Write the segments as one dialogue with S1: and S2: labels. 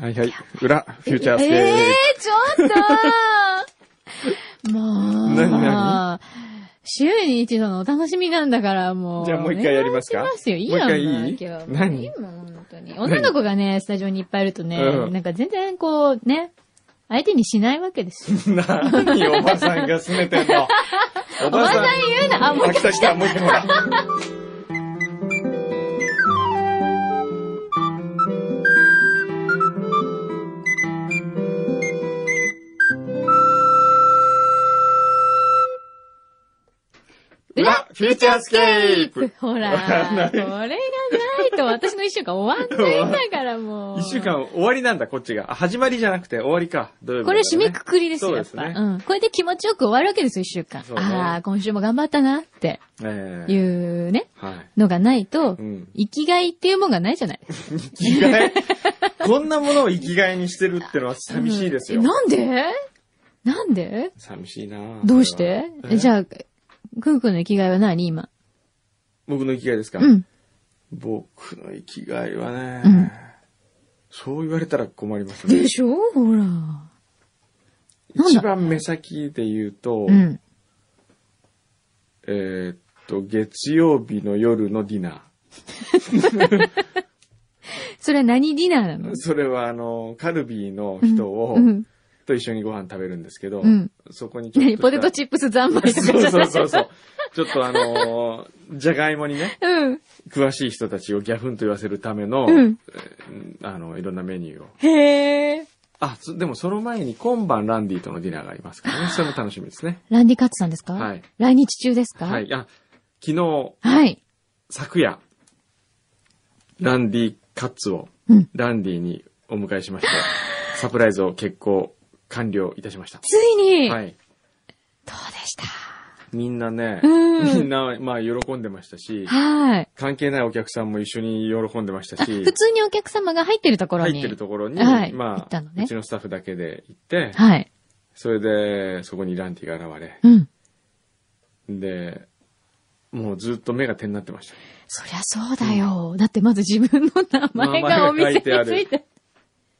S1: はいはい。裏、フューチャースケープ。
S2: ええー、ちょっともう。
S1: 何何
S2: 週に一度のお楽しみなんだから、もう。
S1: じゃあもう一回やりますか
S2: お願いしますよ。いい
S1: もう一
S2: やん、
S1: 回いい
S2: もう今日は。
S1: 何
S2: いいもん、本当に。女の子がね、スタジオにいっぱいいるとね、
S1: うん
S2: なんか全然こう、ね、相手にしないわけですよ。
S1: 何おばさんが拗ねてんの。お
S2: おばさん言うな、あ、もう
S1: あ、来た来た、もう一回ほら。裏、フューチャースケープ
S2: ほら、
S1: わかんない
S2: これがないと私の一週間終わっちゃうんだから、もう。
S1: 一週。間終わりなんだ、こっちが。あ始まりじゃなくて終わりか。土曜日だ
S2: こ
S1: から
S2: れ
S1: ね
S2: 締めくくりですよ、
S1: そう
S2: や
S1: で
S2: っ
S1: す
S2: ぱ。
S1: ね
S2: うん。これで気持ちよく終わるわけですよ、一週間。
S1: そうね
S2: ああ、今週も頑張ったなって
S1: ええ
S2: いうね、
S1: はい。
S2: のがないと
S1: う、ん。
S2: 生きがいっていうもんがないじゃない。
S1: 生きがいこんなものを生きがいにしてるってのは寂しいですよ。
S2: うんえなんでなんで
S1: 寂しいなぁ
S2: どうして
S1: それは
S2: えじ
S1: え
S2: ゃあ、くんくんの生きがいは何今。
S1: 僕の生きがいですか、
S2: うん。
S1: 僕の生きがいはね、
S2: うん
S1: そう言われたら困りますね
S2: で。しょほら。なんだ
S1: 一番目先で言うと、
S2: うん。
S1: えーっと、月曜日の夜のディナ
S2: それは何ディナーなの
S1: ー。それはあの、カルビーの人を、
S2: うん。
S1: と一緒にご飯食べるんですけど、
S2: うん
S1: そこにちょっと
S2: 何
S1: した。
S2: ポテトチップス三昧とかじゃない
S1: そうそうそうそう。ちょっとあのーじゃがいもにね、
S2: うん。
S1: 詳しい人たちをギャフンと言わせるための、
S2: うん
S1: えーあの、いろんなメニューを。
S2: へえ。
S1: あ、そでもその前に今晩ランディとのディナーがありますからね。それも楽しみですね。
S2: ランディカッツさんですか
S1: はい。
S2: 来日中ですか
S1: はい。。あ、昨日、
S2: はい。
S1: 昨夜、ランディカッツを、
S2: うん
S1: ランディにお迎えしま して、サプライズを結構完了いたしました。
S2: ついに、
S1: はい。
S2: どうでした
S1: みんなね、
S2: うん
S1: みんな、まあ、喜んでましたし、
S2: はい。
S1: 関係ないお客さんも一緒に喜んでました
S2: あ、
S1: し、
S2: 普通にお客様が入ってるところに。
S1: 入ってるところに、
S2: はい行
S1: ま
S2: った
S1: あ、
S2: のね
S1: うちのスタッフだけで行って、
S2: はい。
S1: それで、そこにランティが現れ、
S2: うん。
S1: で、もうずっと目が点になってました。
S2: そりゃそうだよ。だってまず自分の名前がお店につ
S1: 名前が書
S2: い
S1: い
S2: て。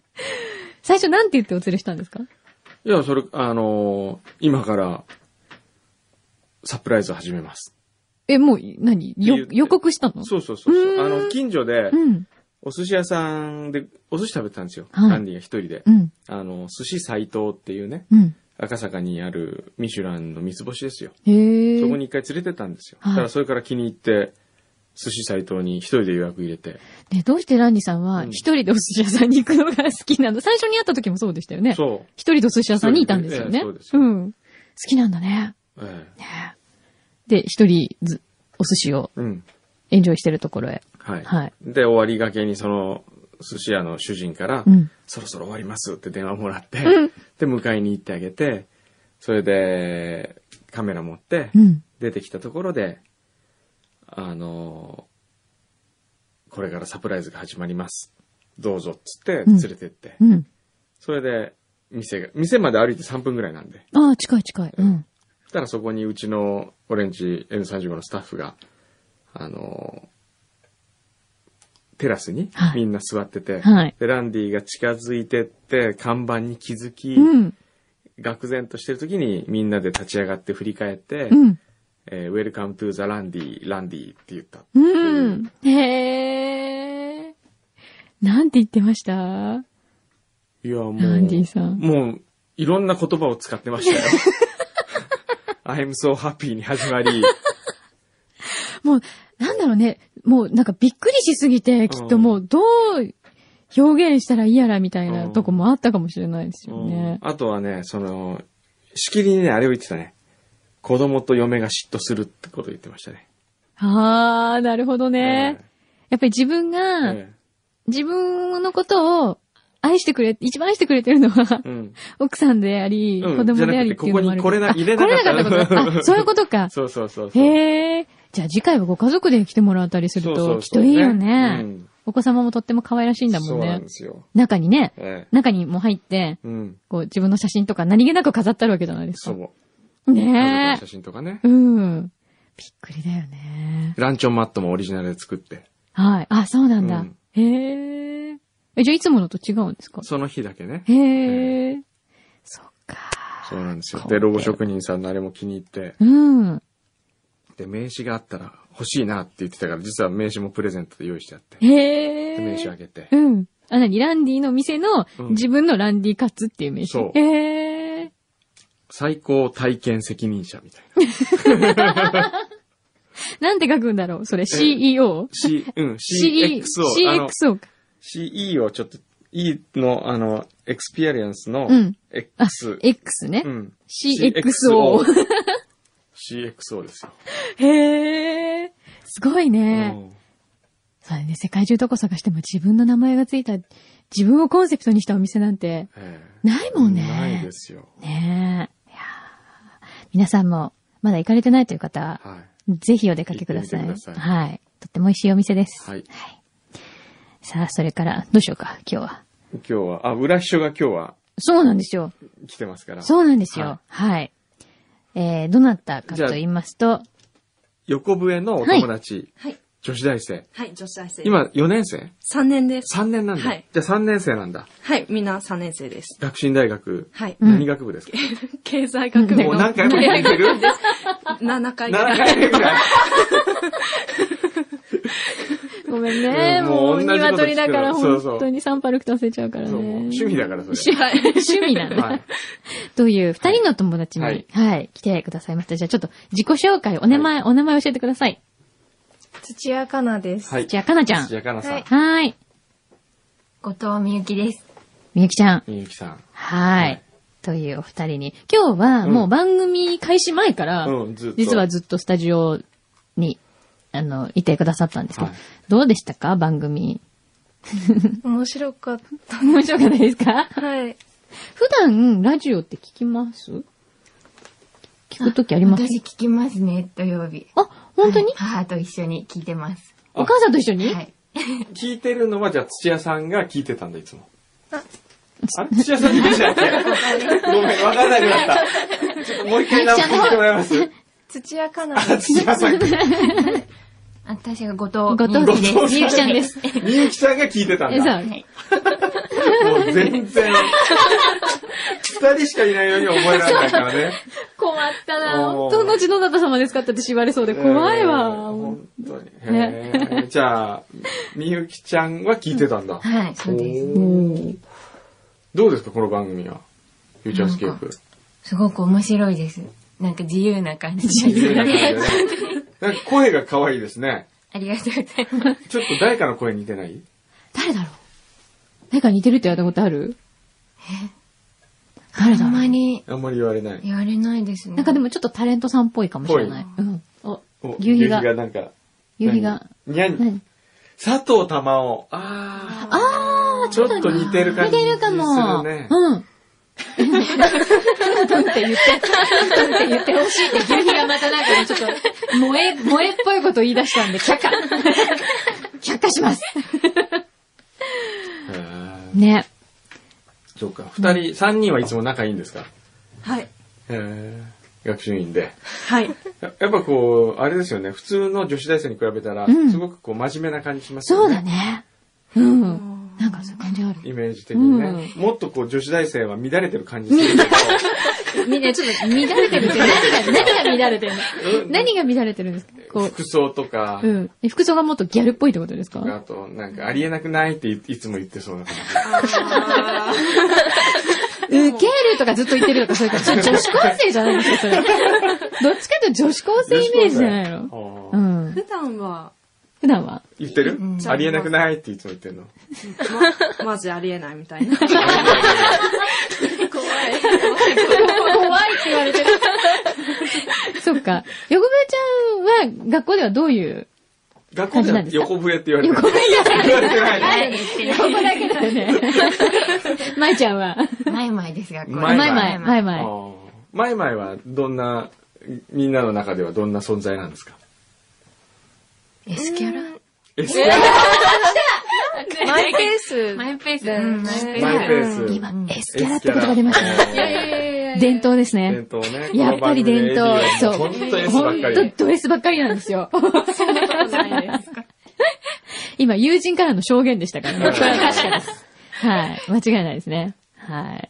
S2: 最初なんて言ってお連れしたんですか
S1: いや、それ、あのー今から、サプライズを始めます。
S2: え、もう、何よ
S1: 言って
S2: 予告したの
S1: そうそうそうそう
S2: うーん
S1: あの、近所で
S2: う、ん。
S1: お寿司屋さんで、お寿司食べてたんですよ。
S2: はい
S1: ランディが一人で
S2: う。ん。
S1: あの、寿司斎藤っていうね、
S2: うん。
S1: 赤坂にあるミシュランの三つ星ですよ。
S2: へえ。
S1: そこに一回連れてったんですよ。
S2: はい
S1: だからそれから気に入って、寿司斎藤に一人で予約入れ て。
S2: ね、どうしてランディさんは
S1: うん
S2: 一人でお寿司屋さんに行くのが好きなの最初に会った時もそうでしたよね。
S1: そ
S2: 一人でお寿司屋さんにいたんですよね。
S1: そうですねええそうですよ
S2: ん。好きなんだね。
S1: う。ええ
S2: ねで、一人ず、お寿司を
S1: うん。
S2: エンジョイしてるところへ。
S1: はい。
S2: はい
S1: で、終わりがけにその、寿司屋の主人から、
S2: うん。
S1: そろそろ終わりますって電話もらって、
S2: うん
S1: で、迎えに行ってあげて、それで、カメラ持って
S2: う、ん。
S1: 出てきたところで、あのこれからサプライズが始まります。どうぞっつって
S2: うん
S1: 連れてって、
S2: うん。
S1: それで、店が、店まで歩いて3分ぐらいなんで、
S2: ああ、近い近い。うん。
S1: そしたらそこにうちのオレンジ N35 のスタッフが、あのテラスに
S2: はい
S1: みんな座ってて、
S2: はい
S1: で、ランディが近づいてって、看板に気づき、
S2: うん。
S1: 愕然としてる時にみんなで立ち上がって振り返って、
S2: うん。
S1: えー、Welcome to the Randy, Randy って言った。
S2: うん。へえ。なんて言ってました
S1: いや、もう、
S2: ランディさん
S1: もう、いろんな言葉を使ってましたよ。I'm so happy に始まり、
S2: もう、なんだろうね。もう、なんかびっくりしすぎて、きっともう、どう表現したらいいやらみたいうなんとこもあったかもしれないですよ
S1: うん
S2: ね。
S1: あとはね、その、しきりにね、あれを言ってたね。子供と嫁が嫉妬するってことを言ってましたね。
S2: あー、なるほどね。やっぱり自分
S1: え
S2: が、
S1: え
S2: 自分のことを愛してくれ、一番愛してくれてるのは、
S1: えうん。
S2: 奥さんであり、
S1: うん
S2: 子供でありっていうのもある
S1: じゃなくてここにこれな
S2: あ
S1: 入れなかった
S2: これなかったことだあ、 そういうことか。
S1: そうそうそうそう。
S2: へえ。じゃあ次回はご家族で来てもらったりする
S1: そうそ
S2: と、
S1: う
S2: きっ
S1: そう
S2: といいよ
S1: ねう
S2: ね
S1: ん。
S2: お子様もとっても可愛らしいんだ
S1: そ
S2: も
S1: うんなん
S2: ね
S1: で。すよ。
S2: 中にね、
S1: ええ
S2: 中にも入って、
S1: うん。
S2: こう自分の写真とか何気なく飾ってあるわけじゃないです
S1: そう。
S2: か。
S1: 家族の
S2: ね
S1: 写真とかね
S2: え。。うん。びっくりだよね。
S1: ランチョンマットもオリジナルで作って。
S2: はい。あ、そうなんだ。
S1: うん
S2: へえ。え、じゃあいつものと違うんですか
S1: その日だけね。
S2: へえ。そっか。
S1: そうなんですよ。
S2: そう
S1: で、ロゴ職人さんのあれも気に入って、
S2: うん。
S1: で、名刺があったら欲しいなって言ってたから、実は名刺もプレゼントで用意してあって、
S2: へえ。
S1: で名刺あげて、
S2: うん。あ、なに、ランディの店の
S1: うん
S2: 自分のランディカツっていう名
S1: そう
S2: 刺。へえ。
S1: 最高体験責任者みたいな。
S2: なんて書くんだろうそれ CEO?CXO。
S1: C、うん、
S2: CE
S1: CXO。あの
S2: CXO か。
S1: CE をちょっと、E の、あの、エクスペリエンスの
S2: うん、あ
S1: X。、
S2: X ね
S1: う。ん。
S2: CXO。
S1: CXO ですよ。
S2: へえ。すごいうね。
S1: ん
S2: そうだね。世界中どこ探しても自分の名前がついた、自分をコンセプトにしたお店なんて、
S1: ええ
S2: ないもんね。
S1: ないですよ。
S2: ねえ。いやー皆さんも、まだ行かれてないという方、
S1: はい。
S2: ぜひお出かけください。
S1: 行ってみてください
S2: はい。とっても美味しいお店です。
S1: はい
S2: さあ、それから、どうしようか、今日は。
S1: 今日は、あ、裏秘書が今日は
S2: そうなんですよ。
S1: 来てますから、
S2: そうなんですよ。はい。えー、どなたかと言いますと、
S1: 横笛のお友達、
S3: はい。
S1: 女子大生。
S4: はい、女子大生。
S1: 今、4年生
S4: 3年です。
S1: ?3 年なんだ。
S4: はい
S1: じゃあ3年生なんだ。
S4: はい、みんな3年生です。
S1: 学進大学、
S4: はい。
S2: うん
S1: 何学部ですか、
S4: 経済学部
S1: もう
S4: の
S1: 何回も聞いてる
S4: 7
S1: ?7
S4: 回ぐらい。
S1: 回目ぐらい。
S2: ごめんね、
S1: うん
S2: も
S1: もう同
S2: う、
S1: じこと
S2: 鶏だから、
S1: 聞くそうそう
S2: 本当にサンパルクと忘れちゃうからね。
S1: そうもう趣味だから、それ。
S2: 趣味趣味なん
S1: は
S2: だ
S1: い。。
S2: という、二人の友達に、
S1: は
S2: はいい、来てくださいました。じゃあ、ちょっと、自己紹介、お名前、お名前教えてください。
S5: 土屋かなです。
S1: はい。
S2: じゃあ、かなちゃん。
S1: じゃあ、かなさ
S5: は
S1: ん
S5: い。
S2: はーい。
S5: 後藤みゆきです。
S2: みゆきちゃん。
S1: みゆきさん。
S2: はー
S1: はい
S2: い。というお二人に、今日はもう番組開始前から、
S1: うんずっと
S2: 実はずっとスタジオに、あの、いてくださったんですけど、
S1: はい
S2: どうでしたか番組。
S5: 面白かった。
S2: 面白かったです か
S5: はい。
S2: 普段、ラジオって聞きます聞くときあります
S5: 私聞きますね、土曜日。
S2: あ、本当に、
S5: はい母と一緒に聞いてます。
S2: お母さんと一緒に、
S5: はい。
S1: 聞いてるのは、じゃあ、土屋さんが聞いてたんだ、いつも。あれ土屋さん聞いてたっけごめん、わかんなくなった。ちょっともう一回名前聞いてもらえます
S5: 土屋かな
S1: あ、土屋さん。
S5: 私が
S2: 後
S5: 後藤
S2: 藤
S5: みゆきです。
S1: み
S2: み
S1: ゆ
S2: ゆ
S1: き
S2: き
S1: ち
S2: ち
S1: ゃ
S2: ゃ
S1: ん
S2: ん
S1: でみゆきさんが
S2: です。
S1: 聞いてたん
S2: えそ
S1: だ。
S2: う。
S1: もう全然、二人しかいないように覚えられないからね。
S2: 困ったな
S1: おー
S2: 本当のちどなた様ですかって縛れそうで怖い
S1: えー
S2: わ。
S1: 本当に。へーじゃあ、みゆきちゃんは聞いてたんだ。
S5: はい、そうです。
S1: おーどうですか、この番組は。フューチャースケープ。
S5: すごく面白いです。なんか自由な感じ。
S1: 自由な感じでねなんか声が可愛いですね。
S5: ありがとうございます。
S1: ちょっと誰かの声似てない
S2: 誰だろう誰か似てるって言われたことある誰
S5: あ
S2: だ
S5: ん
S2: ろ
S5: ま
S2: う
S5: り
S1: あんまり言われない。
S5: 言われないですね。
S2: なんかでもちょっとタレントさんっぽいかもしれない。うん。お
S1: お、
S2: 夕日が
S1: 夕日がなんか。
S2: 夕日が。
S1: 何。にゃ
S2: 何
S1: ん。佐藤珠緒。あー。
S2: あー、
S1: ちょっと似てる感
S2: 似
S1: じす
S2: て
S1: るね。
S2: るかも。うん。トントンって言って、トントンって言ってほしいって、牛皮がまたなんかねちょっと、萌え、萌えっぽいこと言い出したんで、却下。却下します。
S1: へー
S2: ね。
S1: そうか。二人、三人はいつも仲いいんですか
S4: はい。
S1: へー学習院で。
S4: はい。
S1: ややっぱこう、あれですよね。普通の女子大生に比べたら、
S2: うん
S1: すごくこう、真面目な感じします
S2: そ
S1: よ
S2: う
S1: ね。
S2: だね。うん。なんかそういう感じある。
S1: イメージ的にね、
S2: う
S1: もっとこう、女子大生は乱れてる感じするけど。
S2: みんなちょっと乱れてるんですよ。何が、何が乱れてる
S1: う
S2: の
S1: ん
S2: 何が乱れてるんですかこ
S1: 服装とか、
S2: う。うん。え服装がもっとギャルっぽいってことです
S1: あ
S2: か
S1: と、なんか、ありえなくないっていいつも言ってそうな感じ。
S2: ウケるとかずっと言ってるとか、それから、それ 女子高生じゃないですか、 それ。どっちかというと女子高生イメージじゃないの
S1: の
S2: うん。
S4: 普段は、
S2: 普段は。
S1: 言ってる
S5: うん
S1: ありえなくないっていつも言ってるの。
S4: ま、 マジありえないみたいな。
S2: 怖いって言われてる。そっか。横村ちゃんは学校ではどういう
S1: 学校じゃ横笛って言われてる。
S2: 横笛
S1: 言われてない。
S5: 誰に言って
S2: 横
S5: る
S2: だけだよ ね。まいちゃんは。
S5: マイマイですが、これ。
S1: マ
S2: ま
S1: イ
S2: い
S1: マイ
S2: まい、まいま
S1: あ
S2: い。
S1: ーマイマイはどんな、みんなの中ではどんな存在なんですか
S5: エスキャラ
S1: え、知らない
S4: マイペース。
S5: マイペース。うん、マイペ
S1: マイペ
S5: ース。
S1: ース。
S2: 今、エス
S1: S
S2: キャラって言葉が出ましたね。
S1: た。いやいやいや
S2: 伝統ですね
S1: 伝。統ね。
S2: やっぱり伝統。そう。
S1: 本当 S ばっか
S2: ほん
S1: り。
S2: とド S ばっかりなんですよ。
S4: ないです。
S2: 今、友人からの証言でしたからね。
S1: うん
S2: これ は確かです。はい。間違いないですね。はい。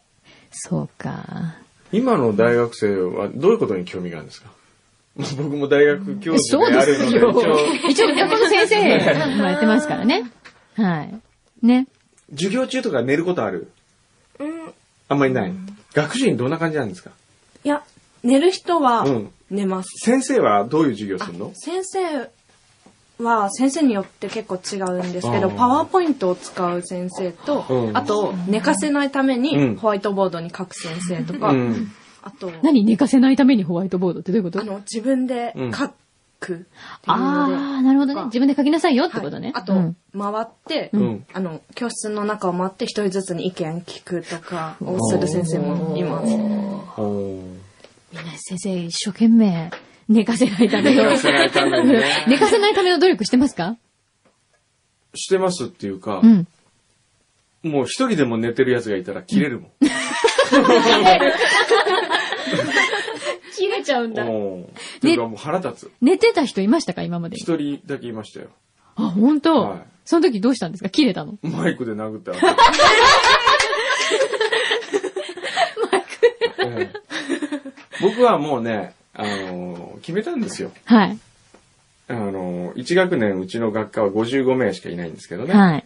S2: そうか。
S1: 今の大学生はどういうことに興味があるんですかまあ僕も大学教授
S2: そう
S1: で
S2: で
S1: あるの
S2: す
S1: で、
S2: よ
S1: 一応、。
S2: 一応、学の先生もやってますからね。はい。ね。
S1: 授業中とか寝ることある
S4: うん。い
S1: あんまりない。学習院どんな感じなんですか
S4: や、寝る人は
S1: うん
S4: 寝ます。
S1: 先生はどういう授業するの
S4: 先生は、先生によって結構違うんですけ
S1: あ
S4: ど、
S1: ー
S4: パワーポイントを使う先生と
S1: う、ん
S4: あと、寝かせないた
S1: う
S4: め
S1: ん
S4: にホワイトボードに書く先生とか
S1: う、ん。
S4: あと、
S2: 何寝かせないためにホワイトボードってどういうこと
S4: あの、自分で書くっていうので、
S2: ああ、なるほどね。
S4: か
S2: 自分で書きなさいよってことね。
S4: あと、
S2: うん
S4: 回って、
S1: うん
S4: あの、教室の中を回って一人ずつに意見聞くとかをする先生もいます。
S1: おー
S2: みんな先生一生懸命寝かせないための。
S1: 寝かせないためにね
S2: 寝かせないための努力してますか
S1: してますっていうか
S2: う、ん。
S1: もう一人でも寝てる奴がいたら切れるもん。
S2: 切れちゃうんだ。
S1: おーっていうかもう腹立つ。
S2: 寝てた人いましたか今までに。
S1: 一人だけいましたよ。
S2: あ、本当、
S1: はい
S2: その時どうしたんですか切れたの。
S1: マイクで殴った。ええ僕はもうね、あのー決めたんですよ。
S2: はい。
S1: あのー、1学年うちの学科は55名しかいないんですけどね。
S2: はい。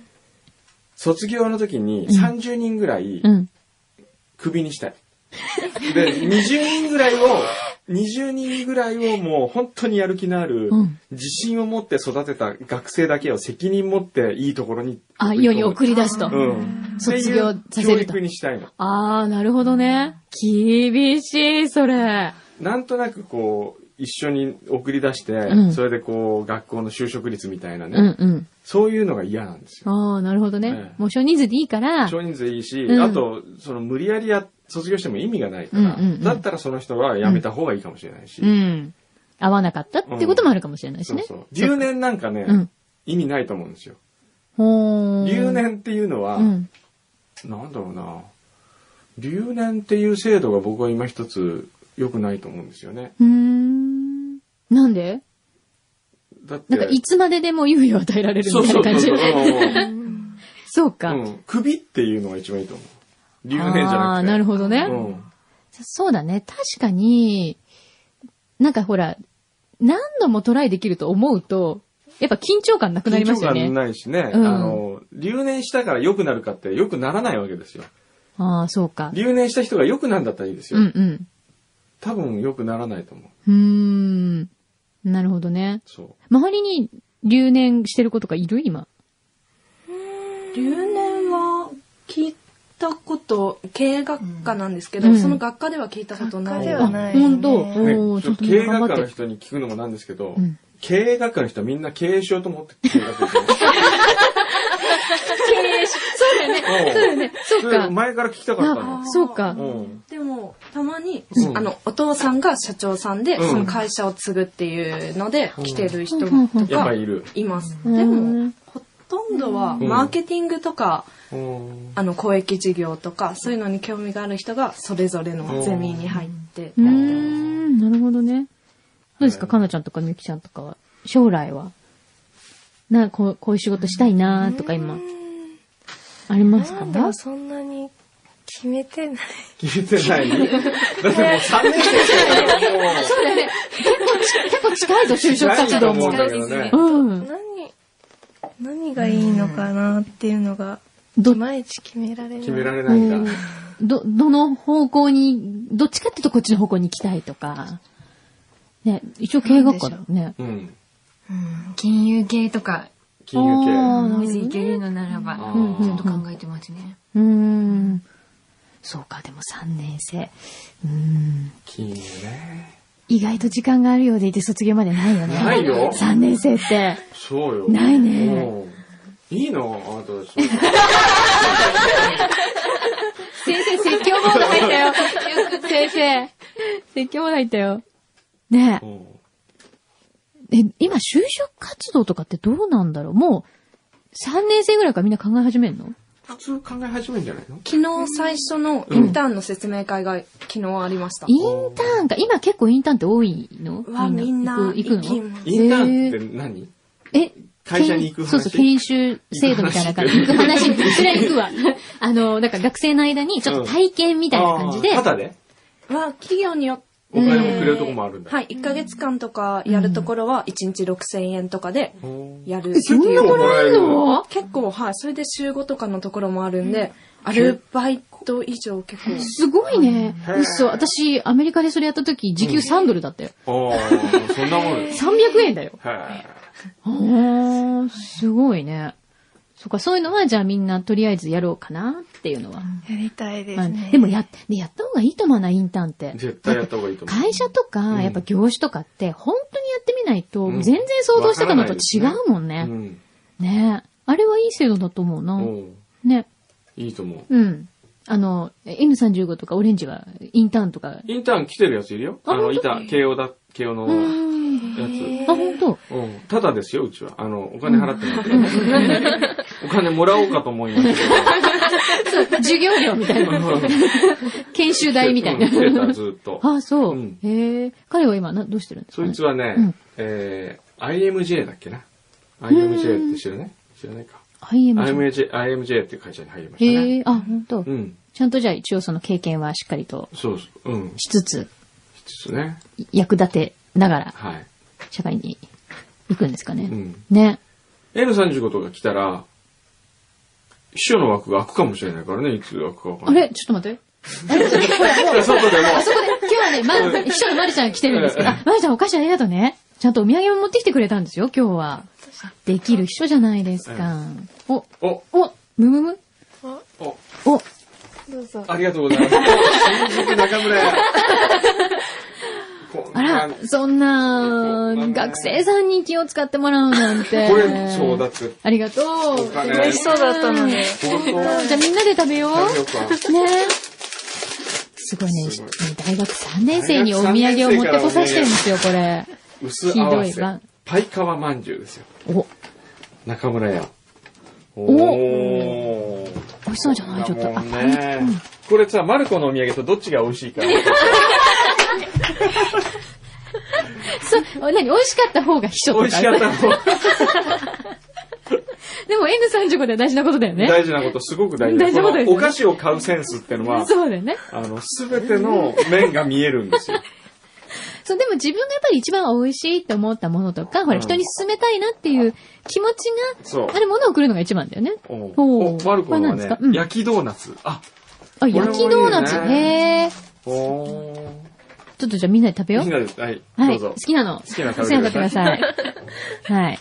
S1: 卒業の時に30人ぐらい
S2: うん。
S1: クビにしたい。で、20人ぐらいを、20人ぐらいをもう本当にやる気のある
S2: うん、
S1: 自信を持って育てた学生だけを責任持っていいところに
S2: あ、世に送り出すと。
S1: うん。
S2: 卒業
S1: って
S2: さ
S1: いう
S2: せ
S1: 教
S2: ると
S1: 育にしたいの。
S2: ああ、なるほどね。厳しい、それ。
S1: なんとなくこう、一緒に送り出して、
S2: うん
S1: それでこう、学校の就職率みたいなね、
S2: うんうん。
S1: そういうのが嫌なんですよ。
S2: ああ、なるほどね。
S1: ええ
S2: もう少人数でいいから。
S1: 少人数いいし、
S2: うん
S1: あと、その無理やりや、卒業しても意味がないから、
S2: うんうんうん
S1: だったらその人は辞めた方がいいかもしれないし、
S2: うん。合わなかったってこともあるかもしれないし
S1: そう
S2: ね。
S1: そう。留年なんかね、
S2: うん
S1: 意味ないと思うんですよ。
S2: ほー
S1: 留年っていうのは、
S2: うん。
S1: なんだろうな、留年っていう制度が僕は今一つ良くないと思うんですよね。
S2: うーん。なんで
S1: だって、
S2: なんか、いつまででも猶予を与えられる
S1: そう
S2: みたい
S1: そ
S2: な
S1: うそう
S2: 感じ
S1: そう。。うん
S2: そうか。
S1: うん。首っていうのが一番いいと思う。留年じゃ
S2: あ
S1: な
S2: あ
S1: く
S2: ー、
S1: て。
S2: なるほどね。
S1: うん。
S2: そうだね。確かに、なんかほら、何度もトライできると思うと、やっぱ緊張感なくなりますよ
S1: 緊張
S2: ね
S1: 感。ないしね、
S2: うん
S1: あの、留年したから良くなるかって良くならないわけですよ。
S2: ああ、そうか。
S1: 留年した人が良くなるんだったらいいです
S2: う
S1: よ。
S2: んうん。
S1: 多分良くならないと思う。
S2: うーん。なるほどね。
S1: そう。
S2: 周りに留年してる子とかいる今。
S4: 留年は聞いたこと、経営学科なんですけど、
S2: うん
S4: その学科では聞いたことな
S1: 学科
S4: い。
S1: では
S2: あ、
S5: ない
S2: ほんと。
S5: ね
S2: お
S1: ね
S2: ー、
S1: ち
S2: ち
S1: ょ
S2: ょ
S1: っ
S2: っ
S1: と
S2: と
S1: 経営
S2: 頑
S1: 学科
S2: 張
S1: の
S2: って。
S1: 人に聞くのもなんですけど、
S2: うん
S1: 経営学科の人はみんな経営しようと思って経営学科に行ってます経営し、
S2: そ
S1: そううだよね。そう
S2: か。
S1: 前から聞きたかったの
S2: あ、。そうか。
S1: うん。
S4: でも、たまに、
S1: うん
S4: あの、お父さんが社長さんで、
S1: うん
S4: その会社を継ぐっていうので、来てる人
S2: うん
S4: と
S1: やっぱ
S4: か
S1: りいる。
S4: います。
S2: うん
S4: で
S2: う
S4: も
S2: ん、
S4: ほとんどは、
S1: うん
S4: マーケティングとか、
S1: うん
S4: あの、公益事業とか、そういうのに興味がある人が、それぞれのゼミに入って
S2: うーん、なるほどね。どうですか、
S1: はい
S2: かなちゃんとかみゆきちゃんとかは、将来は、な、こう、こういう仕事したいなーとか今、ありますか
S6: なんだそんなに決めてない。
S1: 聞いてないだっ てもう3年生だよ、もう。
S2: 結構近いぞ、就職活動も。
S1: 近いと思うんだけどね
S2: うん。
S6: 何、何がいいのかなっていうのが、
S2: ど
S6: いまいち決められない。
S1: 決められないんだ。
S2: ど、どの方向に、どっちかっていうとこっちの方向に行きたいとか、ね、一応経営学科だもんね。
S1: うん。
S5: うん金融系とか、
S1: 金融系。
S2: あー
S5: もし行けるのならば、
S1: うん
S5: ちょっと考えてますね。
S2: うーん。そうか、でも3年生。うーん。
S1: 金融ね。
S2: 意外と時間があるようでいて卒業までないよね。
S1: ないよ
S2: 3年生って。
S1: そうよ。
S2: ないね
S1: うん。いいのあなたたち。
S2: 先生、説教モード入ったよ。先生、説教モード入ったよ。ね
S1: うん
S2: え、え、今、就職活動とかってどうなんだろうもう、3年生ぐらいからみんな考え始めるの
S1: 普通考え始めるんじゃないの
S4: 昨日最初のインターンの説明会が昨日ありました。
S2: インターンか、今結構インターンって多いの
S4: はみんな
S2: 行く行く
S4: 行き
S2: の
S4: ます。
S1: インターンって何
S2: え
S1: 会社に行く話
S2: そうそう、研修制度みたいな感 じ。行く話、それは行くわ。あの、だから学生の間にちょっと体験みたいな感じで、
S1: あーただで
S4: は企業によって
S1: お金もくれるとこもあるんだ。
S4: はい、1ヶ月間とかやるところは1日6000円とかで
S1: うん
S4: やる。
S1: そんなもらえるの
S4: 結構、はい、それで週5とかのところもあるんで、アルバイト以上結構。
S2: すごいね
S1: へ。ー
S2: 嘘。私、アメリカでそれやった時、時給3ドルだったよ。
S1: ああ、そんなもんです。
S2: 300円だよ。
S1: はい。
S2: あー、すごいね。そっか、そういうのは、じゃあみんなとりあえずやろうかなっていうのは。
S6: やりたいで
S2: ますあ
S6: ね。
S2: でもや、でやった方がいいと思うな、インターンって。
S1: 絶対やった方がいいと思う。
S2: 会社と
S1: うん
S2: か、やっぱ業種とかって、本当にやってみないと、
S1: うん
S2: 全然想像してたのと違うもん
S1: う
S2: ね。
S1: ん。
S2: ねあれはいい制度だと思う
S1: う
S2: な。
S1: ん。
S2: ね。
S1: いいと思う。
S2: うん。あの、N35 とかオレンジは、インターンとか。
S1: インターン来てるやついるよ。
S2: あ
S1: あの、
S2: 本
S1: い
S2: 当
S1: た、慶応だ、慶応の
S2: う
S1: や
S2: ん。
S1: つ。
S2: あ、本当。
S1: うん。ただですよ、うちは。あの、お金払ってないからね。お金もらおうかと思いましたけど。
S2: 授業料みたいな。研修代みたいな
S1: うん。来てた、ずっと。
S2: あ、そう。
S1: うん
S2: へえ。彼は今、な、どうしてるんですか
S1: そ
S2: ね、
S1: いつはね、
S2: うん
S1: えー、IMJ だっけな。IMJ って知らない知らないか。
S2: IMG。
S1: IMJ、IMJ っていう会社に入りました
S2: へ
S1: ね。
S2: え、あ、本当、
S1: うん。
S2: ちゃんとじゃあ一応その経験はしっかりと
S1: そうそう。うん。
S2: しつつ、
S1: ですね。
S2: 役立てながら
S1: はい。
S2: 社会に行くんですかね。
S1: うん。
S2: ね。
S1: N35 とか来たら、秘書の枠が開くかもしれないからね、いつ開くかわか
S2: あ
S1: んない。
S2: れちょっと待って。
S1: れ外でも、
S2: あそこで、今日はね、ま、秘書のまりちゃん来てるんですけど、あ、まりちゃんお菓子ありがとうね。ちゃんとお土産も持ってきてくれたんですよ、今日は。できる秘書じゃないですか。お、
S1: お、
S2: お、むむむ
S1: お、
S2: お、
S6: どうぞ。
S1: ありがとうございます。新宿中村屋。こん
S2: あ
S1: な
S2: ら、そんな、学生さんに気を使ってもらうなんて。
S1: これ、そうだって。
S2: ありがとう。
S1: お金
S6: 美味しそうだったので。
S1: 本当
S2: じゃあみんなで食べよ
S1: 大丈
S2: う。
S1: 夫か
S2: ねすごいね
S1: すごい。
S2: 大学3年生にお土産を持ってこさせてるんですよ、これ。
S1: 薄合わ
S2: ひど
S1: せ
S2: いわ。
S1: パイカワまんじゅうですよ。
S2: お、
S1: 中村屋。おー。
S2: 美味しそうじゃないちょっと。
S1: だも
S2: あ、
S1: んねこれさ、マルコのお土産とど っちが美味しいか。
S2: そう、何美味しかった方が秘書
S1: 美味
S2: と
S1: しかっ
S2: か。
S1: た方が
S2: でも N35 では大事なことだよね。
S1: 大事なこと、すごく大事
S2: 大事なことです
S1: この
S2: よね
S1: お菓子を買うセンスってのは、
S2: そうだよね。
S1: あの、すべての面が見えるんですよ。
S2: そう、でも自分がやっぱり一番美味しいって思ったものとか、ほ
S1: う
S2: ら、
S1: ん
S2: 人に勧めたいなっていう気持ち
S1: そう
S2: があるものを送るのが一番だよね。
S1: お
S2: ほう
S1: おマルコのはね
S2: これなんですか、うん
S1: 焼きドーナツ。あ、
S2: あ、
S1: れもいいね
S2: 焼きドーナツ。へえ。
S1: おー。
S2: ちょっとじゃあみんなで食べよう
S1: みん。なで、はい、
S2: は
S1: どう
S2: い。好
S1: ぞ。
S2: きなの。好
S1: きなの食べてくださ
S2: 好きなの食べてくだ さい。はい。ちょ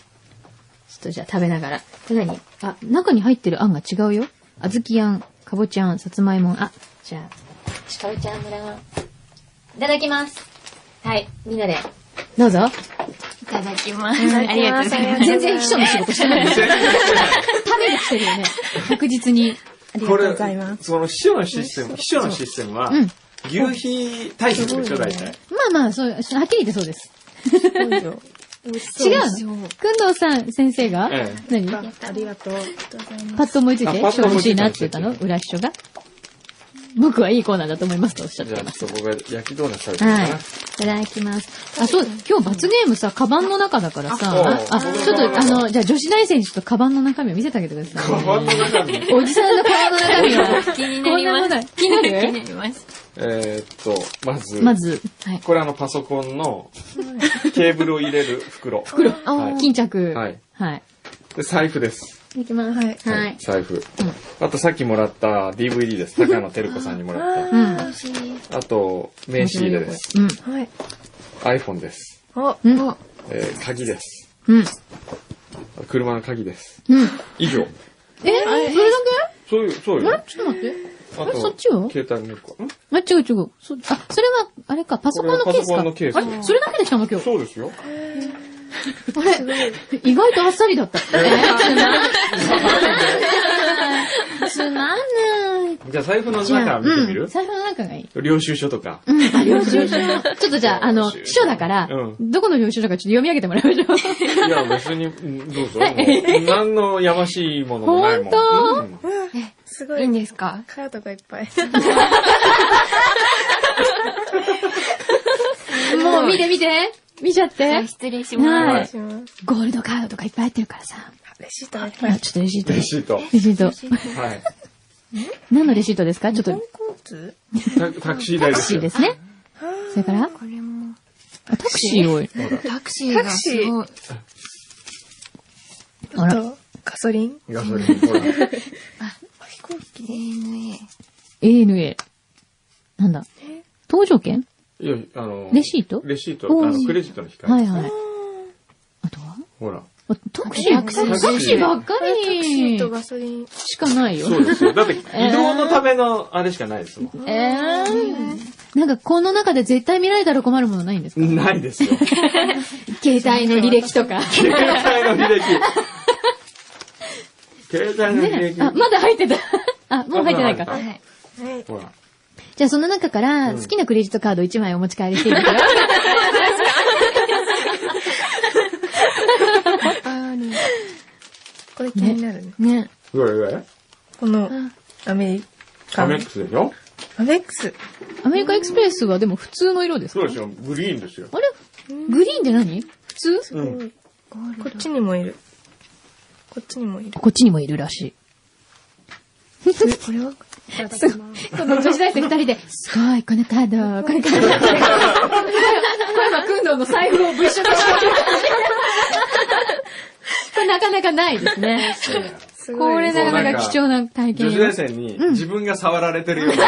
S2: っとじゃあ食べながら。これ何あ、中に入ってるあんが違うよ。あずきあん、かぼちゃあん、さつまいもあ、じゃあ、しかるちゃん村あん。いただきます。はい。みんなで。どうぞ。
S5: いただきます。ありがとうございます。
S2: 全然秘書の仕事してない。食 べに来てるよ ね。確実に。
S6: ありが
S1: こと
S6: う
S1: れ
S6: ございます。、
S1: その秘書のシステム、秘書のシステムは
S2: うん、
S1: 牛皮体質でしょ、大体。
S2: まあまあ、そう、はっきり言ってそうです。 違うのくんどうさん先生が、
S1: え
S2: 何
S4: ありがとう。
S2: パッと思いついて、
S1: あパッ
S2: 秘書
S1: と
S2: が
S1: 思いつ
S2: 欲
S1: い
S2: しい
S1: た
S2: なって言ったの裏秘書が。僕はいいコーナーだと思いますとおっしゃっ
S1: じ
S2: て
S1: ゃあ、
S2: ます。
S1: ちょっと僕が焼きドーナツ食べてみ
S2: はい。
S1: よう
S2: いただきます。あ、そう、今日罰ゲームさ、カバンの中だからさ、あ、
S1: あ
S2: あちょっと、あの、じゃあ女子大生にちょっとカバンの中身を見せてあげてくだ
S1: かな。
S2: さ
S1: カバンの中身。
S2: い。おじさんのカバンの中身は、
S5: 気になり
S2: こんなもの
S5: ま
S2: だ
S5: す。気にな
S2: 気
S5: る気
S2: に
S5: になります。
S1: えーっと、まず、
S2: まず、はい。
S1: これあの、パソコンのケーブルを入れる袋。
S2: 袋、
S1: はい
S2: 巾着。
S1: はい。
S2: はい。
S1: で、財布です。
S5: いきます。
S6: はい。
S5: はい。
S1: 財布。あと、さっきもらった DVD です。高野照子さんにもらっ
S2: うん。
S6: 美味しい。
S1: た。あと、名刺入れです。
S2: うん。
S6: はい。
S1: iPhone です。
S6: あ、
S2: うん。
S1: えー鍵です。
S2: うん。
S1: 車の鍵です。
S2: うん。
S1: 以上。
S2: えそれだ
S1: そういう、そう
S2: けあ
S1: よ
S2: れ。ちょっと待って。
S1: あ
S2: あれそっちは
S1: 携帯もう一個。ん
S2: あ、違う違う。そあ、それは、あれか、パソコンのケース
S1: これ
S2: か。
S1: はパソコンのケース
S2: あれそれだけで来たの今日。
S1: そうですよ。
S2: あれ意外とあっさりだった。えーつまんない。つまんない。
S1: じゃあ財布の
S2: じゃ
S1: 中
S2: あ、
S1: 見てみ
S2: う
S1: る
S2: ん。財布の中がいい。
S1: 領収書とか。
S2: うん、あ、領収書。ちょっとじゃあ、あの、
S1: 領収書
S2: 秘書だから、
S1: う
S2: どこの領収書かちょっと読み上げてもらいまし ょう。
S1: いや、別に、うんどう ぞ。もう何のやましいものもないもん。
S2: ほ
S1: うん
S6: すご
S5: いい
S6: い
S5: ん、ですか
S6: カードがいっぱい。
S2: もう見て見て見ちゃっ
S5: じゃ
S2: て
S5: あ失礼し
S2: はい
S5: ます。
S6: します。
S2: ゴールドカードとかいっぱい入ってるからさ。
S6: レシートがいっ
S2: ほ
S6: ぱい。
S2: ら、ちょっとレシート。
S1: レ
S2: レ
S1: シート。
S2: シート。
S1: はい。
S2: 何のレシートですかちょっと、
S6: 交通
S1: タタクシー代で
S2: タク
S1: す
S2: シー
S1: よ
S2: で。すね。それから
S5: これも。
S2: あタクシーを。
S5: タクシーがすごい。
S2: あ
S6: あ
S2: ら、
S6: と、ガソリン
S1: ガソリン、ほら。
S6: 飛行機
S5: ANA。
S2: ANA。なんだ搭乗券
S1: いや、あの、
S2: レシート
S1: レシート、
S2: おー
S1: あの、クレジットの控え。
S2: はいはい。あとは
S1: ほら。
S2: あタクシータ
S5: タ
S2: ク
S5: ク
S2: シ
S5: シ
S2: ー
S5: ー
S2: ばっか
S6: タクシー
S2: り
S6: とガソリン。
S2: しかないよ。
S1: そうですよ。だ って、移動のためのあれしかないですも
S2: えー、なんかこの中で絶対見られたら困るものないんですか
S1: ん。ないです よ。携
S2: 携帯の履歴とか。
S1: 帯の 履歴。携帯の履
S2: ね
S1: 歴。
S2: あ、まだ入ってた。あ、もう入ってない
S1: あまだ
S2: か
S1: 入。
S5: はい。
S6: はい。
S1: ほら。
S2: じゃあその中から好きなクレジットカード1枚お持ち帰りしていい ですよ。
S6: これ気になるね。
S2: ね。
S1: うわうわ。
S6: この、アメリカ
S1: カ
S6: ン
S1: メックスでしょ
S6: アメックス。
S2: アメリカエクスプレスはでも普通の色ですか
S1: そうですよ。グリーンですよ。
S2: あれグリーンって何普通
S1: うん。
S6: こっちにもいる。こっちにもいる。
S2: こっちにもいるらし。
S6: これはい
S2: この女子大生二人で、すごい、このカード、このカード。これは、くんどの財布を物色してる。これなかなかないですね。
S6: すごい。
S2: これなかなか貴重な体験
S1: 女
S2: よ。
S1: 子大生に自分が触られてるような。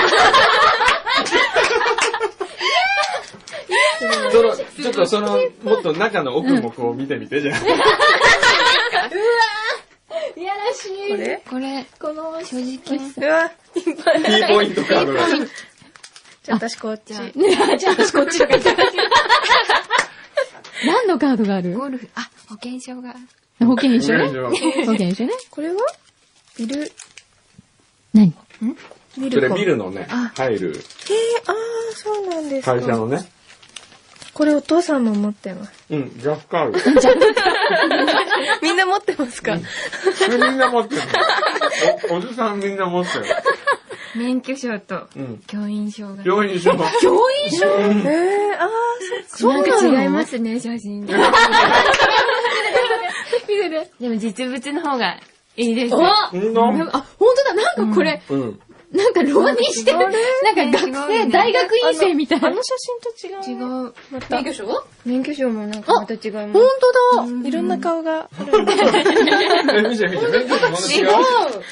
S1: そのちょっとその、もっと中の奥もこう見てみて、じゃあ。
S2: いやらしい。
S6: これ
S5: これ、
S2: この、正直。
S6: うわ。
S1: T ポイントカードが。
S6: じゃあ私こっち。
S5: じゃ あ
S2: じゃあ私こっちとか言った 何のカードがある
S5: ゴルフ、あ、保険証が。
S2: 保険証ね。
S1: 保
S2: 保
S1: 険
S2: 険証ね。
S6: これはビル、
S2: 何
S6: ビ
S1: そ
S6: ル
S1: れ
S6: コム。
S1: ビルのね、入る
S6: えー、あー、そうなんですか。
S1: 会社のね、
S6: これお父さんも持ってます。
S1: うん、ジャッカール。
S6: みんな持ってますか
S1: それみんな持ってるの。お、おじさんみんな持ってる。
S5: 免許証と
S1: うん。
S5: 教員証が。
S1: 病院一緒の。
S2: 教員証
S6: えー、あー、そ
S5: な
S6: うそ
S5: ん
S6: うな
S5: か
S6: の
S5: 違いますね、写真。でも実物の方がいいです。
S2: お
S5: ね
S2: あ、本当だ。なんかこれ、
S1: うん。
S2: なんか浪人してる。なんか学生、大学院生みたいな。
S6: あ
S2: 本
S6: の写真と違
S5: 違
S6: う。
S5: う。
S6: また、い
S5: 免許証もなんかまた違います。
S2: 当だ。
S6: ろんな顔がある。
S1: え、見て見て、免許証まだ違う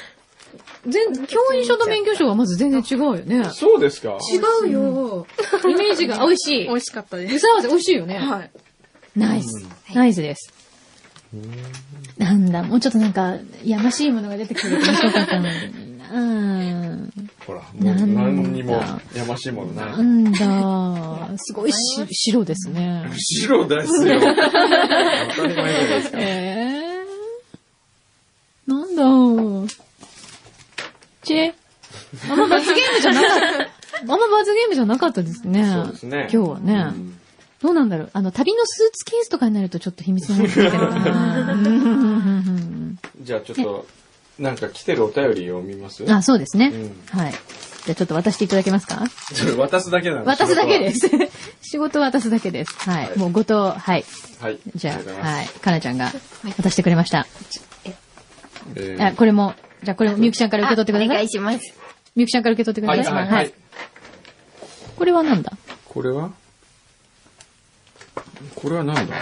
S2: 全、教員証と免許証はまず全然違うよね。
S1: そうですか
S2: 違うよ。イメージが美味しい。
S6: 味しかったで
S2: ゆ。さわせ美味しいよね。
S6: はい。
S2: ナイス。ナイスです。なんだ、もうちょっとなんか、やましいものが出てくると面白かったのにな。うん
S1: ほら、もう
S2: なんだ
S1: 何にもやましいもの
S2: な
S1: ない。
S2: んだ、すごいし白ですね。
S1: 白です よ。当たり前じゃないですか。
S2: えー、なんだろう。ちえ。あんま罰ゲームじゃなかった。あんま罰ゲームじゃなかったですね。
S1: そうですね。
S2: 今日はね。
S1: うん
S2: どうなんだろう。あの、旅のスーツケースとかになるとちょっと秘密になってくるけどな。うんうんうん
S1: じゃあちょっと、なんか来てるお便り読みます
S2: うんあ、そうですね。
S1: うん
S2: はい。じゃあちょっと渡していただけますか
S1: それ渡すだけなん。
S2: 渡すだけですす。仕事は渡すだけです。はい。
S1: はい
S2: もうごと、はい。
S1: はい。
S2: じゃ
S1: りがとうござい
S2: あ、
S1: ま
S2: はい。かなちゃんが渡してくれました。
S1: すえー
S2: あ、これも、じゃあこれもみゆきちゃんから受け取ってくだ
S5: お
S2: さ
S5: 願
S2: い
S5: い。します。
S2: みゆきちゃんから受け取ってくだ
S1: は
S2: さ
S1: い、
S2: い。
S1: はい、はい。
S2: これはなんだ
S1: これはこれは何だ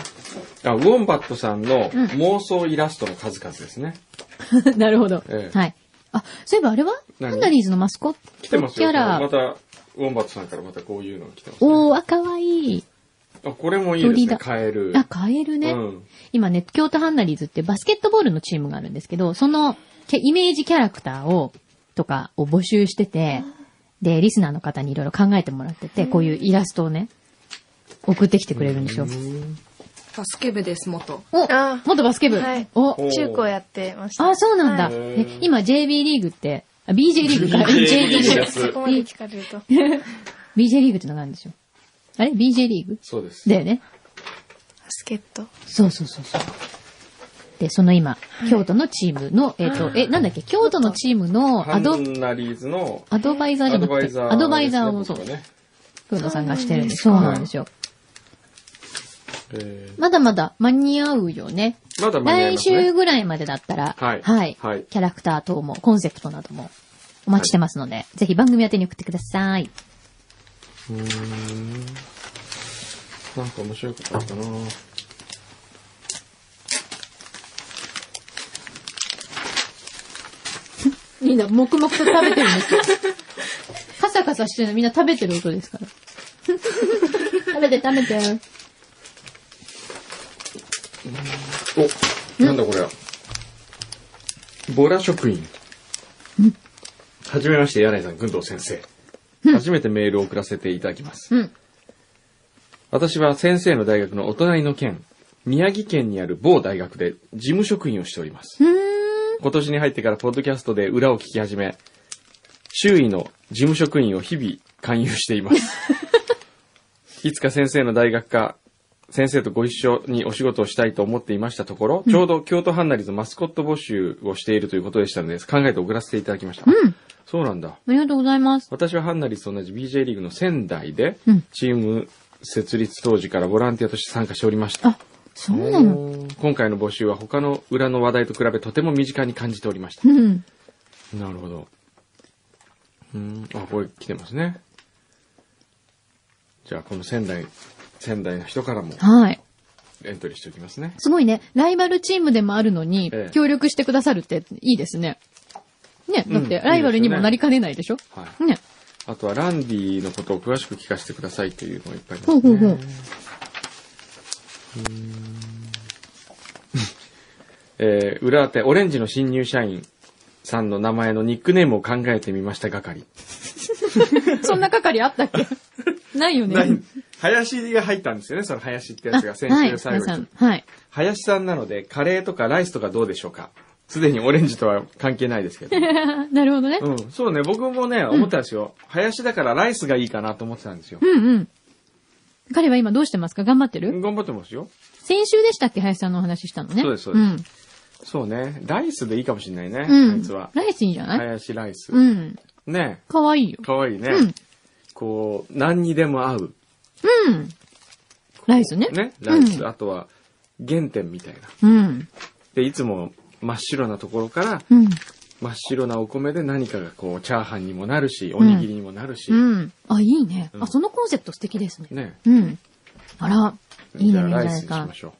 S1: あ、ウォンバットさんの
S2: うん
S1: 妄想イラストの数々ですね。
S2: なるほど、
S1: ええ
S2: はい。あ、そういえばあれは
S1: 何
S2: ハンガリーズのマスコット
S1: 来てますよ。
S2: キャラ。
S1: また、ウォンバットさんからまたこういうのが来てます、ね。
S2: おー、あ、かわいい。
S1: あ、これもいいです
S2: 鳥
S1: ね
S2: だ。
S1: カエル。
S2: あ、カエルね。
S1: うん。
S2: 今ね、京都ハンナリーズってバスケットボールのチームがあるんですけど、そのキャイメージキャラクターを、とかを募集してて、で、リスナーの方にいろいろ考えてもらってて、こういうイラストをね、送ってきてくれるんですよ。
S4: バスケ部です、元。
S2: お
S6: あ
S2: 元バスケ部、
S6: はい
S2: お
S6: 中高やってました。
S2: あ、そうなんだ。
S6: はい
S1: い
S2: え今 JB リーグって、あ BJ リーグか。
S1: BJ リー
S2: JB リ
S1: グ
S2: ー
S1: で
S2: グ。
S1: す
S6: そこまで聞かれると。
S2: BJ リーグってのがあるんですよ。あれ ?BJ リーグ
S1: そうです。
S2: だよね。
S6: 助っ人。
S2: そうそうそうそう。で、その今、京都のチームの、えっ、と、え、なんだっけ、京都のチームの
S1: ハ
S2: アド、
S1: ンナリーズの
S2: アドバイザーじ
S1: ア
S2: ゃな
S1: ドバ
S2: く
S1: イ
S2: て、
S1: ザー、
S2: アドバイザーを
S1: です
S2: そ
S1: ね
S2: う、
S1: 僕がね
S2: 黒田さんがしてるんです。そうなんですよ。
S1: え
S2: まだまだ間に合うよね。
S1: ーまだ間に合い
S2: 来
S1: ますね
S2: 週ぐらいまでだったら、
S1: はいはい
S2: キャラクター等も、コンセプトなども、お待ちしてますので、ぜひ番組宛てに送ってください。
S1: うーん。なんか面白いことあったな
S2: みんな、黙々と食べてるんです よ。カサカサしてるのみんな食べてる音ですから。 食べて食べて。
S1: お、なんだこれは。ボラ職員。はじめまして、柳井さん、軍藤先生。初めてメールを送らせていただきます。
S2: うん。
S1: 私は先生の大学のお隣の県、宮城県にある某大学で事務職員をしております。今年に入ってからポッドキャストで裏を聞き始め、周囲の事務職員を日々勧誘しています。 いつか先生の大学か、先生とご一緒にお仕事をしたいと思っていましたところ、ちょうど京都ハンナリーズマスコット募集をしているということでしたので、考えて送らせていただきました。そうなんだ。
S2: ありがとうございます。
S1: 私はハンナリスと同じ BJ リーグの仙台で
S2: うん、
S1: チーム設立当時からボランティアとして参加しておりました。
S2: あ、そうなの。
S1: 今回の募集は他の裏の話題と比べとても身近に感じておりました
S2: う。ん。
S1: なるほど。うん、あ、これ来てますね。じゃあ、この仙台、仙台の人からも
S2: はい。
S1: エントリーしておきますね。
S2: すごいね。ライバルチームでもあるのに
S1: ええ、
S2: 協力してくださるっていいですね。ね、だっ
S1: うん
S2: て、ライバルに
S1: いいです
S2: も
S1: ね
S2: なりかねないでしょ
S1: はい。
S2: ね。
S1: あとはランディのことを詳しく聞かせてくださいっていうのがいっぱいあり
S2: ほ
S1: ま
S2: う
S1: す
S2: ほう
S1: ね。
S2: ほう。
S1: えー、裏当て、オレンジの新入社員さんの名前のニックネームを考えてみました係。
S2: そんな係あった っけないよね。
S1: ない林が入ったんですよね、その林ってやつが先
S2: は
S1: 週
S2: い、
S1: 最
S2: 皆
S1: 後
S2: さ
S1: に
S2: ん。。はい。
S1: 林さんなので、カレーとかライスとかどうでしょうかすでにオレンジとは関係ないですけ ど。
S2: なるほどね。
S1: うん、そうね、僕もね、思ったんですよ。林だからライスがいいかなと思ってたんですよ。
S2: うんうん。彼は今どうしてますか頑張ってる
S1: 頑張ってますよ。
S2: 先週でしたっけ林さんのお話ししたのね。
S1: そうですそうです
S2: ん
S1: そうね、ライスでいいかもしれないね、
S2: うん。
S1: あいつは。
S2: ライスいいんじゃない
S1: 林ライス。
S2: うん。
S1: ね
S2: かわいいよ。
S1: かわいいね。
S2: うん
S1: こう、何にでも合う。
S2: うん。ライスね。
S1: ね、ライス、
S2: うん
S1: あとは原点みたいな。
S2: うん。
S1: で、いつも真っ白なところから、
S2: うん。
S1: 真っ白なお米で何かがこう、チャーハンにもなるし、おにぎりにもなるし、
S2: うん。あ、いいね。
S1: うん
S2: あ、そのコンセプト素敵ですね。
S1: ね。
S2: うん。あら、いい
S1: じ
S2: ね
S1: ゃあ
S2: いいんじゃ
S1: ライ
S2: な
S1: ス
S2: い
S1: にし
S2: か
S1: ま。しょ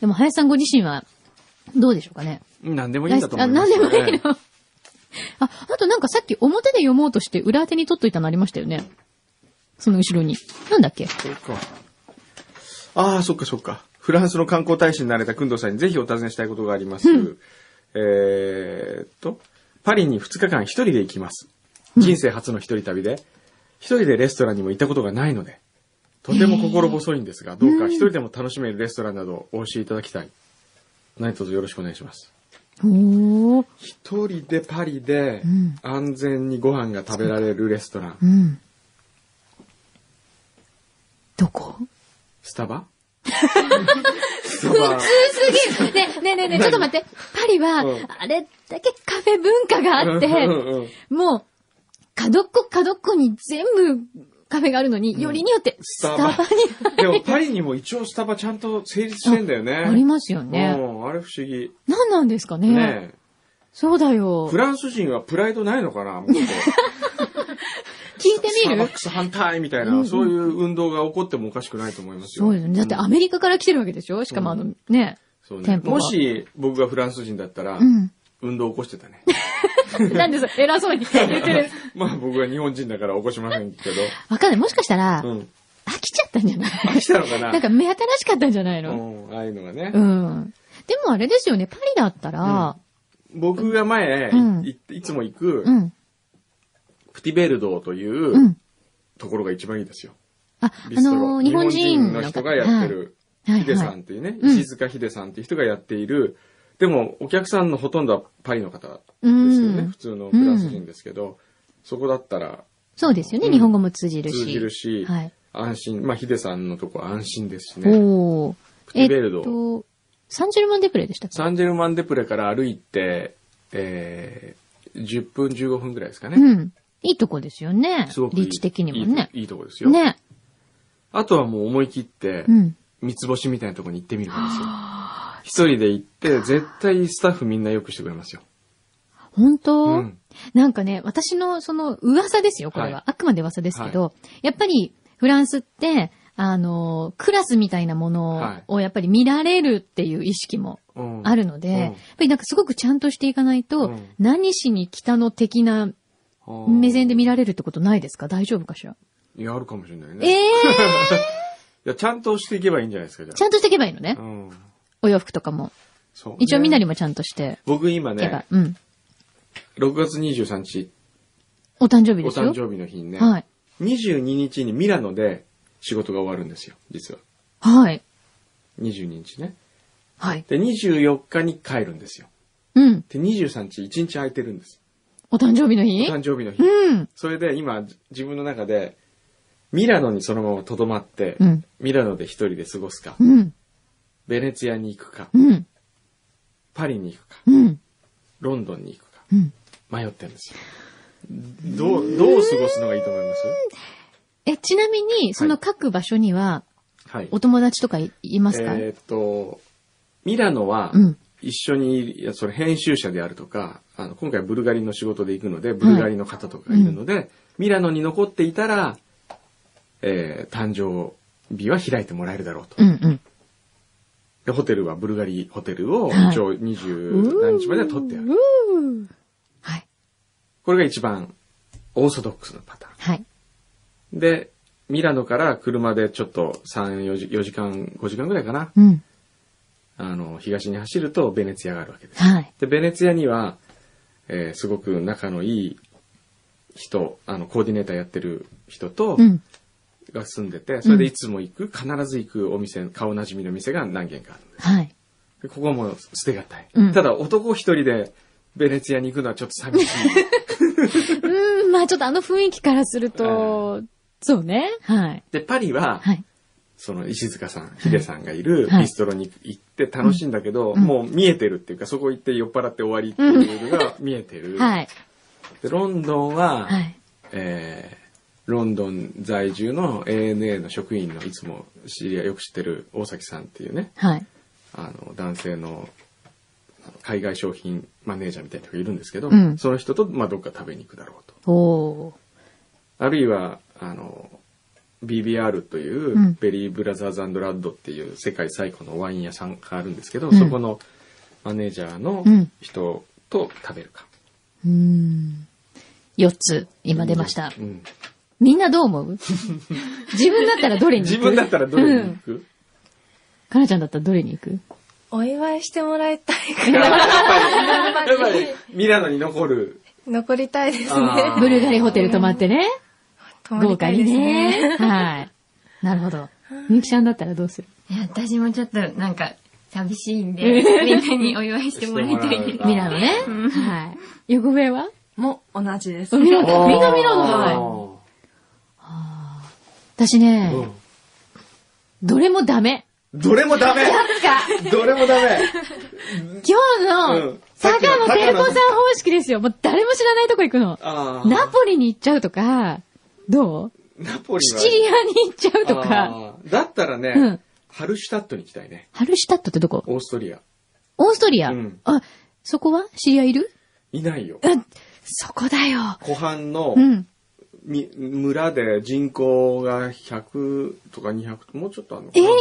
S2: でも、林さんご自身は、どうでしょうかね。
S1: う。何でもいい
S2: ラ
S1: ん
S2: イ
S1: だ
S2: ス
S1: と、思
S2: あ、
S1: いま
S2: なん
S1: す、ね。
S2: でも いいの。あ、あとなんかさっき表で読もうとして裏当てに取っといたのありましたよね。その後ろに。なんだっけ
S1: そっか。ああ、そっかそっか。フランスの観光大使になれた工藤さんにぜひお尋ねしたいことがあります。えーっと、パリに2日間一人で行きます。人生初の一人旅で、一人でレストランにも行ったことがないので、とても心細いんですが、どうか一人でも楽しめるレストランなどをお教えいただきたい。何卒よろしくお願いします。
S2: おー。
S1: 一人でパリで
S2: ん
S1: 安全にご飯が食べられるレストラン。
S2: うん。どこ
S1: スタ バスタバ。
S2: すげえねねねねちょっと待って。パリは
S1: うん、
S2: あれだけカフェ文化があっ
S1: うん
S2: て、
S1: うんうん
S2: もう、角っこ角っこに全部カフェがあるのに、よりによって、スタバに
S1: でもパリにも一応スタバちゃんと成立してんだよね。
S2: ありますよ
S1: う
S2: ね。
S1: ん、あれ不思議。
S2: 何なんですかね。
S1: ねえ
S2: そうだよ
S1: フ。ランス人はプライドないのかなもっと
S2: 聞いて
S1: スタ
S2: み
S1: ーバ
S2: る
S1: ックス反対みたいな、そういう運動が起こってもおかしくないと思いますよ。
S2: そうですね。だってアメリカから来てるわけでしょしかもあの、ね。
S1: そう
S2: テ
S1: ね
S2: ンポが
S1: もし僕がフランス人だったら、
S2: うん。
S1: 運動起こしてたね。
S2: なんでそれ偉そうに言ってる。
S1: まあ僕は日本人だから起こしませんけど。
S2: わかんない。もしかしたら、
S1: うん。
S2: あっ飽きちゃったんじゃない
S1: 飽きたのかな
S2: なんか目新しかったんじゃないうの
S1: ん、ああいうのがね。
S2: うん。でもあれですよね、パリだったら、
S1: 僕が前、
S2: うん
S1: いいつも行く、
S2: うん、。
S1: プティベルドーといううんところが一番いいですよ。
S2: あ、
S1: ビ
S2: あ
S1: ストロ
S2: のー日本人
S1: の
S2: の
S1: 人がやって
S2: はい
S1: る、
S2: はい
S1: ヒデさんっていうね、石塚ヒデさんっていう人がやっている、でもお客さんのほとんどはパリの方です
S2: う
S1: よね、
S2: ん
S1: 普。通のフランス人ですけど、そこだったら
S2: そうですよね、
S1: うん
S2: 日本語も通じるし。
S1: 通じるし、
S2: はい。
S1: 安心、まあヒデさんのとこは安心ですしね、
S2: おー。
S1: プティベルド
S2: えっと、サンジェルマンデプレイでしたっけ
S1: サンジェルマンデプレから歩いて、えー、10分15分ぐらいですかね。
S2: うん。いいとこですよね。
S1: すごくいい
S2: 立地的にもね。
S1: いいいいとこですよ。
S2: ね。
S1: あとはもう思い切って、
S2: うん。
S1: 三つ星みたいなとこに行ってみるんですよ。一人で行って、絶対スタッフみんなよくしてくれますよ。
S2: 本当、
S1: うん
S2: なんかね、私のその噂ですよ、これは。
S1: はい
S2: あくまで噂ですけど、やっぱりフランスって、あの、クラスみたいなも
S1: は
S2: の
S1: い
S2: をやっぱり見られるっていう意識も
S1: うん
S2: あるので、
S1: うん
S2: やっぱりなんかすごくちゃんとしていかないと、
S1: うん
S2: 何しに来たの的な目線で見られるってことないですか大丈夫かしら、
S1: いや、あるかもしれない
S2: え
S1: ね。い
S2: え
S1: や、ちゃんとしていけばいいんじゃないですか、じゃあ。
S2: ちゃんとしていけばいいのね。
S1: うん。
S2: お洋服とかも。
S1: そう、
S2: 一応みんなに
S1: に。
S2: もちゃんとして
S1: 僕今
S2: いけば。
S1: ね、
S2: うん。
S1: 6月23日、
S2: お誕生日
S1: お
S2: ですよ。
S1: 誕生日の日にね、
S2: はい。
S1: 22日にミラノで仕事が終わるんですよ、実は。
S2: はい。
S1: 22日ね。
S2: はい。
S1: で、24日に帰るんですよ。
S2: うん。
S1: で、23日、1日空いてるんです。
S2: お誕生日の
S1: お
S2: 日
S1: 誕生日の日。
S2: うん。
S1: それで今、じ自分の中で、ミラノにそのまま留まって、
S2: うん
S1: ミラノで一人で過ごすか、
S2: うん。
S1: ベネツィアに行くか、
S2: うん。
S1: パリに行くか、
S2: うん。
S1: ロンドンに行くか、
S2: うん。
S1: 迷ってるんですよ。どう、どう過ごすのがいいと思います
S2: え、ちなみに、その各場所には、
S1: はい。
S2: お友達とかいいますか、
S1: えーっと、ミラノは
S2: うん、
S1: 一緒に、いやその編集者であるとか、あの、今回ブルガリの仕事で行くので、ブルガリの方とかがいるので、ミラノに残っていたら、えー誕生日は開いてもらえるだろうと。
S2: うんうん。
S1: で、ホテルはブルガリホテルを
S2: はい
S1: 一応二十何日までは取ってある。
S2: はい。
S1: これが一番オーソドックスなパター
S2: はい。
S1: ン。で、ミラノから車でちょっと3、4時 ,4 時間、5時間ぐらいかな。
S2: うん。
S1: あの、東に走るとベネツィアがあるわけです。
S2: はい。
S1: で、ベネツィアには、えーすごく仲のいい人、あの、コーディネーターやってる人と、
S2: うん。
S1: が住んでて、それでいつも行く、必ず行くお店、顔なじみの店が何軒かあるんです
S2: はい。
S1: でここはもう捨てがたい。
S2: うん
S1: ただ男一人でベネツィアに行くのはちょっと寂しい。
S2: うん、まあちょっとあの雰囲気からすると、そうね。はい。
S1: で、パリは、
S2: はい。
S1: その石塚さん、ヒデさんがいる
S2: はい
S1: ビストロに行って楽しいんだけど、もう見えてるっていうか、そこ行って酔っ払って終わりっていうのが見えてる。
S2: はい。
S1: で、ロンドンは、
S2: はい。
S1: えーロンドン在住の ANA の職員のいつも知り合い、よく知ってる大崎さんっていうね、
S2: はい。
S1: あの、男性のあの海外商品マネージャーみたいな人がいるんですけど、
S2: うん
S1: その人と、まあ、どっか食べに行くだろうと。
S2: おー。
S1: あるいは、あの、BBR という、
S2: うん
S1: ベリーブラザーズラッドっていう世界最古のワイン屋さんがあるんですけど、
S2: うん
S1: そこのマネージャーの
S2: うん
S1: 人と食べるか。
S2: うーん。4つ、今出ました。
S1: うん
S2: みんなどう思う 自分だったらどれに行く
S1: 自分だったらどれに
S2: う
S1: 行
S2: ん
S1: く、
S2: かなちゃんだったらどれに行く
S6: お祝いしてもらいたい
S1: い
S6: か
S1: や
S6: ら、
S1: やっぱり、やっぱり、ミラノに残る。
S6: 残りたいです
S1: あー
S6: ね。
S2: ブルガリホテル泊まってね。
S6: 泊ま
S2: 豪
S6: り
S2: 華
S6: たいで
S2: に
S6: すね。
S2: ね。はい。なるほど。みゆきちゃんだったらどうする
S5: いや、私もちょっと、なんか、寂しいんで、みんなにお祝いしてもらいたいです。
S1: あー
S2: ミラノね。はい。横笛は
S4: もう同じです。
S2: ミラ
S1: あー
S2: ノ。 みんなミラノじゃない。私ね、
S1: うん
S2: どれもダメ。
S1: どれもダメどれもダメ
S2: 今日
S1: う
S2: の
S1: ん、さっ
S2: 坂
S1: きの
S2: 野
S1: 高野
S2: 恵子さん方式ですよ。もう誰も知らないとこ行くの。
S1: あー
S2: ナポリに行っちゃうとか、どう
S1: ナポリ
S2: シ
S1: は。
S2: チリアに行っちゃうとか、
S1: あーだったらね、
S2: うん
S1: ハルシュタットに行きたいね。
S2: ハルシュタットってどこ
S1: オーストリア。
S2: オーストリア、
S1: うん
S2: あ、そこは知り合いいる
S1: いないよ。
S2: そこだよ。
S1: 湖畔の、
S2: うん。
S1: み村で人口が100とか200、もうちょっとあるのか
S2: ええ
S1: な
S2: ー、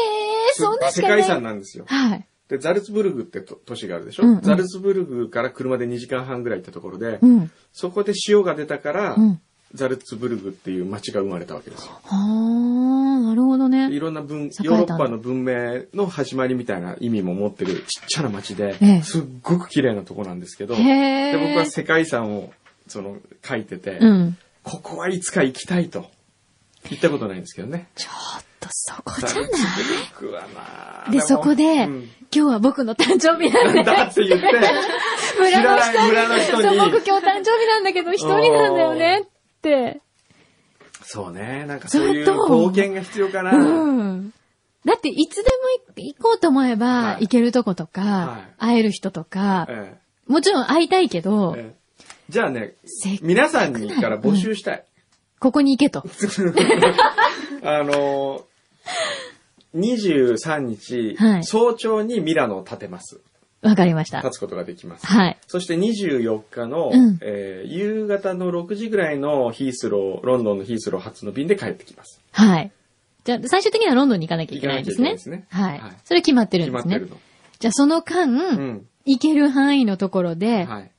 S2: そんなし
S1: 世
S2: かない。
S1: 界遺産なんですよ。
S2: はい。
S1: で、ザルツブルグってと都市があるでしょ、
S2: うんうん
S1: ザルツブルグから車で2時間半ぐらい行ったところで、
S2: うん。
S1: そこで塩が出たから、
S2: うん
S1: ザルツブルグっていう町が生まれたわけですよ。
S2: はあ、なるほど
S1: い
S2: ね。
S1: ろんな文、ヨ
S2: 栄えた
S1: ーロッパの文明の始まりみたいな意味も持ってるちっちゃな町で
S2: ええ、
S1: すっごく綺麗なとこなんですけど、
S2: へ
S1: で
S2: ー
S1: 僕は世界遺産をその書いてて、
S2: うん。
S1: ここはいつか行きたいと。行ったことないんですけどね。
S2: ちょっとそこ
S1: だ
S2: じゃない
S1: 僕はまあ。
S2: で、
S1: も
S2: そこで、
S1: うん
S2: 今日は僕の誕生日なん
S1: な
S2: で
S1: ん、だって 言って、知ら
S2: 村の
S1: ない村の
S2: 人そう、
S1: 人に
S2: 僕。今日誕生日なんだけど、一人なんだよねって。
S1: そうね、なんかそういう
S2: それどう
S1: 貢献が必要かな。
S2: うん。だって、いつでも行こうと思えば、
S1: はい
S2: 行けるとことか、
S1: はい
S2: 会える人とか、
S1: え
S2: もちろん会いたいけ
S1: え
S2: ど、
S1: ええじゃあね、
S2: せっ
S1: 皆さんにから募集したい。
S2: ここに行けと。
S1: あのー、23日、
S2: はい
S1: 早朝にミラノを建てます。
S2: わかりました。
S1: 建つことができます。
S2: はい。
S1: そして24日の、
S2: うん
S1: えー夕方の6時ぐらいのヒースロー、ロンドンのヒースロー発の便で帰ってきます。
S2: はい。じゃあ、最終的にはロンドンに行かなきゃいけないんですね。
S1: 行かなきゃいけない
S2: はい
S1: ですねはい。
S2: それ決まってる
S1: 決
S2: んで
S1: まっ
S2: す
S1: て
S2: ね
S1: る。の。
S2: じゃあ、その間、
S1: うん。
S2: 行ける範囲のところで、
S1: はい。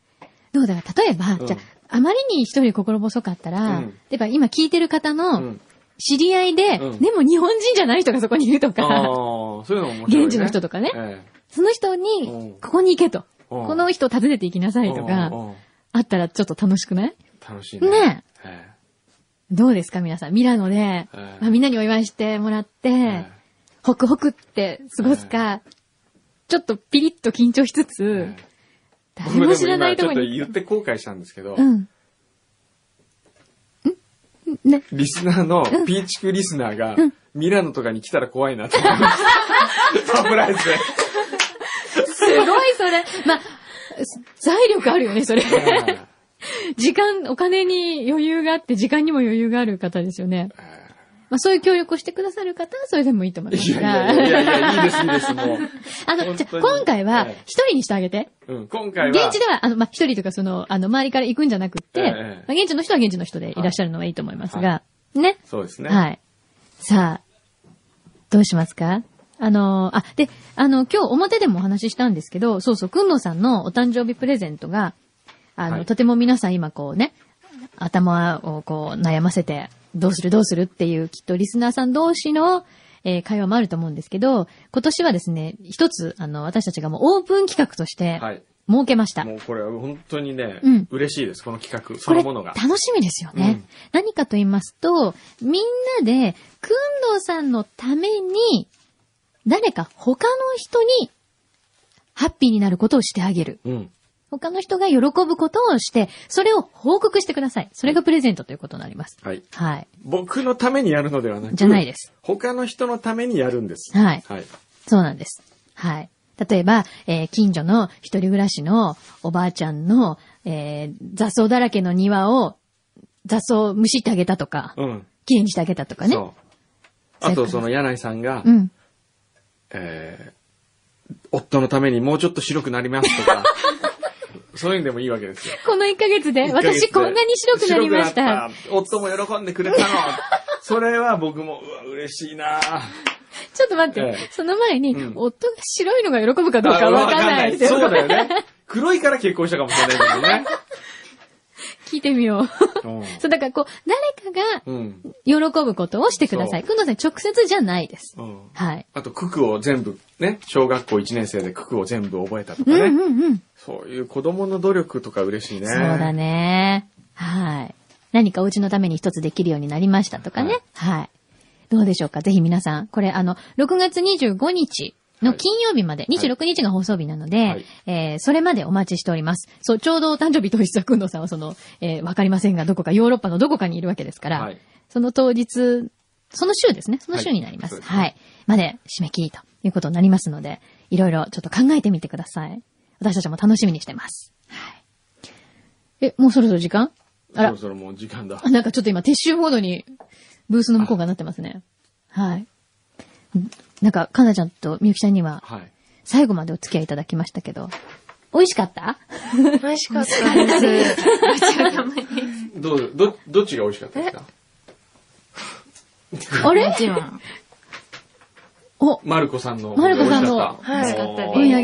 S2: どうだろう例えば、
S1: うん
S2: じゃあ、あまりに一人心細かったら、
S1: うん
S2: 例えば今聞いてる方
S1: う
S2: の
S1: ん。
S2: 知り合いで、
S1: うん
S2: でも日本人じゃない人がそこにいると
S1: ああ
S2: か、、
S1: そういうのも面白い、ね。
S2: 現地の人とかね
S1: え
S2: その人
S1: うん
S2: に、ここに行けと。
S1: うん
S2: この人を訪ねて行きなさ
S1: え
S2: いと
S1: う
S2: か、
S1: んうんうん
S2: あったらちょっと楽しくない
S1: 楽しいね。
S2: ね
S1: え
S2: どうですか皆さん。ミラノで、
S1: うん
S2: まあみんなにお祝いしてもらって、
S1: ええ
S2: ホクホクって過ごすか、ちょっとピリッと緊張しつ
S1: え
S2: つ
S1: え、
S2: 誰も知らないとこ
S1: 僕でも
S2: に。
S1: 今ちょっと言って後悔したんですけど、
S2: うん。んね、
S1: リスナーの、ピーチクリスナーが、ミラノとかに来たら怖いなと思いま した。サプライズ
S2: すごいそれ。まあ、財力あるよね、それ。
S1: で。
S2: 時間、お金に余裕があって、時間にも余裕がある方ですよね。まあ、そういう協力をしてくださる方は、それでもいいと思いま
S1: い
S2: す
S1: やい
S2: が。
S1: やいやいやいや、いいです、いいです、もう。
S2: あ
S1: 本
S2: の、
S1: 当
S2: じ
S1: に
S2: ゃあ、今回は
S1: ええ、
S2: 一人にしてあげて。
S1: うん、今回は。
S2: 現地では、あの、まあ、一人とか、その、あの、周りから行くんじゃなくって、
S1: ええええ
S2: まあ、現地の人は現地の人でいらっしゃるのはいいと思いますが、ね。
S1: そうですね。
S2: はい。さあ、どうしますかあの、あ、で、あの、今日表でもお話ししたんですけど、そうそう、くんのさんのお誕生日プレゼントが、あの、
S1: はい
S2: とても皆さん今こうね、頭をこう悩ませて、どうするどうするっていう、きっとリスナーさん同士の、えー会話もあると思うんですけど、今年はですね、一つ、あの、私たちがもうオープン企画として、
S1: はい。
S2: 設けました。
S1: もうこれは本当にね、
S2: うん
S1: 嬉しいです、この企画、その
S2: これ、
S1: ものが。
S2: 楽しみですよね。
S1: うん
S2: 何かと言いますと、みんなで、くんどうさんのために、誰か他の人に、ハッピーになることをしてあげる。
S1: うん。
S2: 他の人が喜ぶことをして、それを報告してください。それがプレゼントということになります。
S1: はい。
S2: はい。
S1: 僕のためにやるのではなく、
S2: じゃないです。
S1: 他の人のためにやるんです。
S2: はい
S1: はい。
S2: そうなんです。はい。例えば、えー近所の一人暮らしのおばあちゃんの、えー雑草だらけの庭を、雑草をむしってあげたとか、
S1: うん。
S2: きれいにしてあげたとかね。
S1: そう。あと、その、柳井さんが、
S2: うん。
S1: えー夫のためにもうちょっと白くなりますと か、そういうんでもいいわけですよ。
S2: この1ヶ月で、
S1: 1ヶ月
S2: 私
S1: で
S2: こんなに白くなりまし
S1: 白くな
S2: た
S1: っ。夫も喜んでく れたの。それは僕も、うわ、嬉しいな
S2: ちょっと待って、
S1: ええ
S2: その前に、
S1: うん
S2: 夫が白いのが喜ぶかどうかわかんないです
S1: そう
S2: よ。
S1: だよね。黒いから結婚したかもしれない
S2: 聞いてみよう。
S1: けどね。
S2: そう、だからこう、誰か
S1: うん。うん。
S2: が喜ぶことをしてください。くんのさん直接じゃないです。
S1: うん。
S2: はい。
S1: あと、九九を全部、ね、小学校1年生で九九を全部覚えたとか
S2: うん
S1: ね。
S2: うんうん。
S1: そういう子供の努力とか嬉しいね。
S2: そうだね。はい。何かお家のために一つできるようになりましたとかね。はい。どうでしょうかぜひ皆さん、これあの、6月25日の金曜日まで、26日が放送日なので、
S1: はい
S2: えーそれまでお待ちしております。そう、ちょうどお誕生日当日は、くんどさんはその、えーわかりませんが、どこか、ヨーロッパのどこかにいるわけですから、
S1: はい
S2: その当日、その週ですね。その週になります。
S1: はいそうですね
S2: はい。まで締め切りということになりますので、いろいろちょっと考えてみてください。私たちも楽しみにしてます。はい。え、もうそろそろ時間あ
S1: そ
S2: ら
S1: ろ、そろもう時間だ。
S2: あなんかちょっと今、撤収モードに、ブースの向こうがなってますね。はい。んなんか、かなちゃんとみゆきちゃんには、
S1: はい。
S2: 最後までお付き合いいただきましたけど、美味しかった
S6: 美味しかったです。
S1: どう、ど、どっちが美味しかったですか
S2: あれ
S5: 一番。
S2: お、
S1: マルコさんの。
S2: マルコさんの
S1: 美味しかった。
S2: お土産。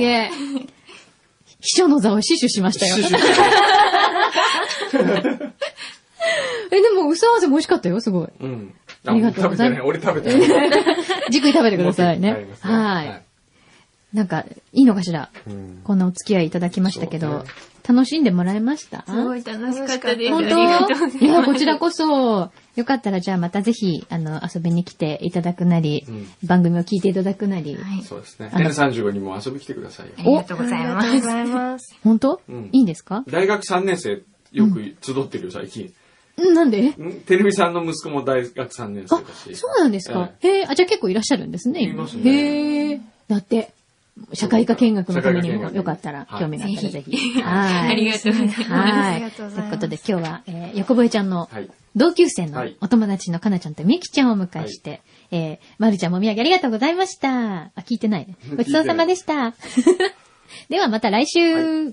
S2: 秘書の座を死守しましたよ。え、でも、嘘合わせも美味しかったよ、すごい。
S1: うん。あ
S2: ありがとうございます
S1: 俺食べてない。俺食べてない。
S2: じっくり食べてください
S1: 持って帰り
S2: ね
S1: ま。すね
S2: はい。。なんか、いいのかしら
S1: うん
S2: こんなお付き合いいただきましたけ
S1: そう
S2: ど
S1: ね、
S2: 楽しんでもらえました
S5: すごい楽しかったです。
S2: 本
S5: ありがとうございま
S2: 当
S5: す
S2: いや、こちらこそ、よかったらじゃあまたぜひ、あの、遊びに来ていただくなり、
S1: うん
S2: 番組を聞いていただくなり、
S5: はい。
S1: そうですね。
S2: あの
S1: N35 にも遊びに来てくださいよ
S5: あ。りがとうござい
S6: あ
S5: ます
S6: りがとうご。ざいます。
S2: 本当、
S1: うん
S2: いいんですか
S1: 大学3年生、よく集ってるよ、最近。
S2: んなんで
S1: んテレビさんの息子も大学3年生だし。
S2: そうなんですか
S1: え、
S2: へえ、あ、じゃあ結構いらっしゃるんですね。
S1: いますね
S2: へえ、だって、社会科見学のために
S1: 社会科見
S2: も、
S1: 学
S2: よかったら、
S1: はい
S2: 興味があったらぜひ。
S5: あ
S2: はい。
S5: りがとうございます。
S2: は
S6: あ
S2: い。
S6: りが
S2: と
S6: と
S2: いう
S6: ございます
S2: うことで今日は、えー横笛ちゃんの
S1: はい
S2: 同級生の
S1: はい
S2: お友達のかなちゃんとみゆきちゃんをお迎えして、えーまるちゃんもお土産ありがとうござ いました。あ、聞いてないね。ごちそうさまでした。ではまた来週。
S1: は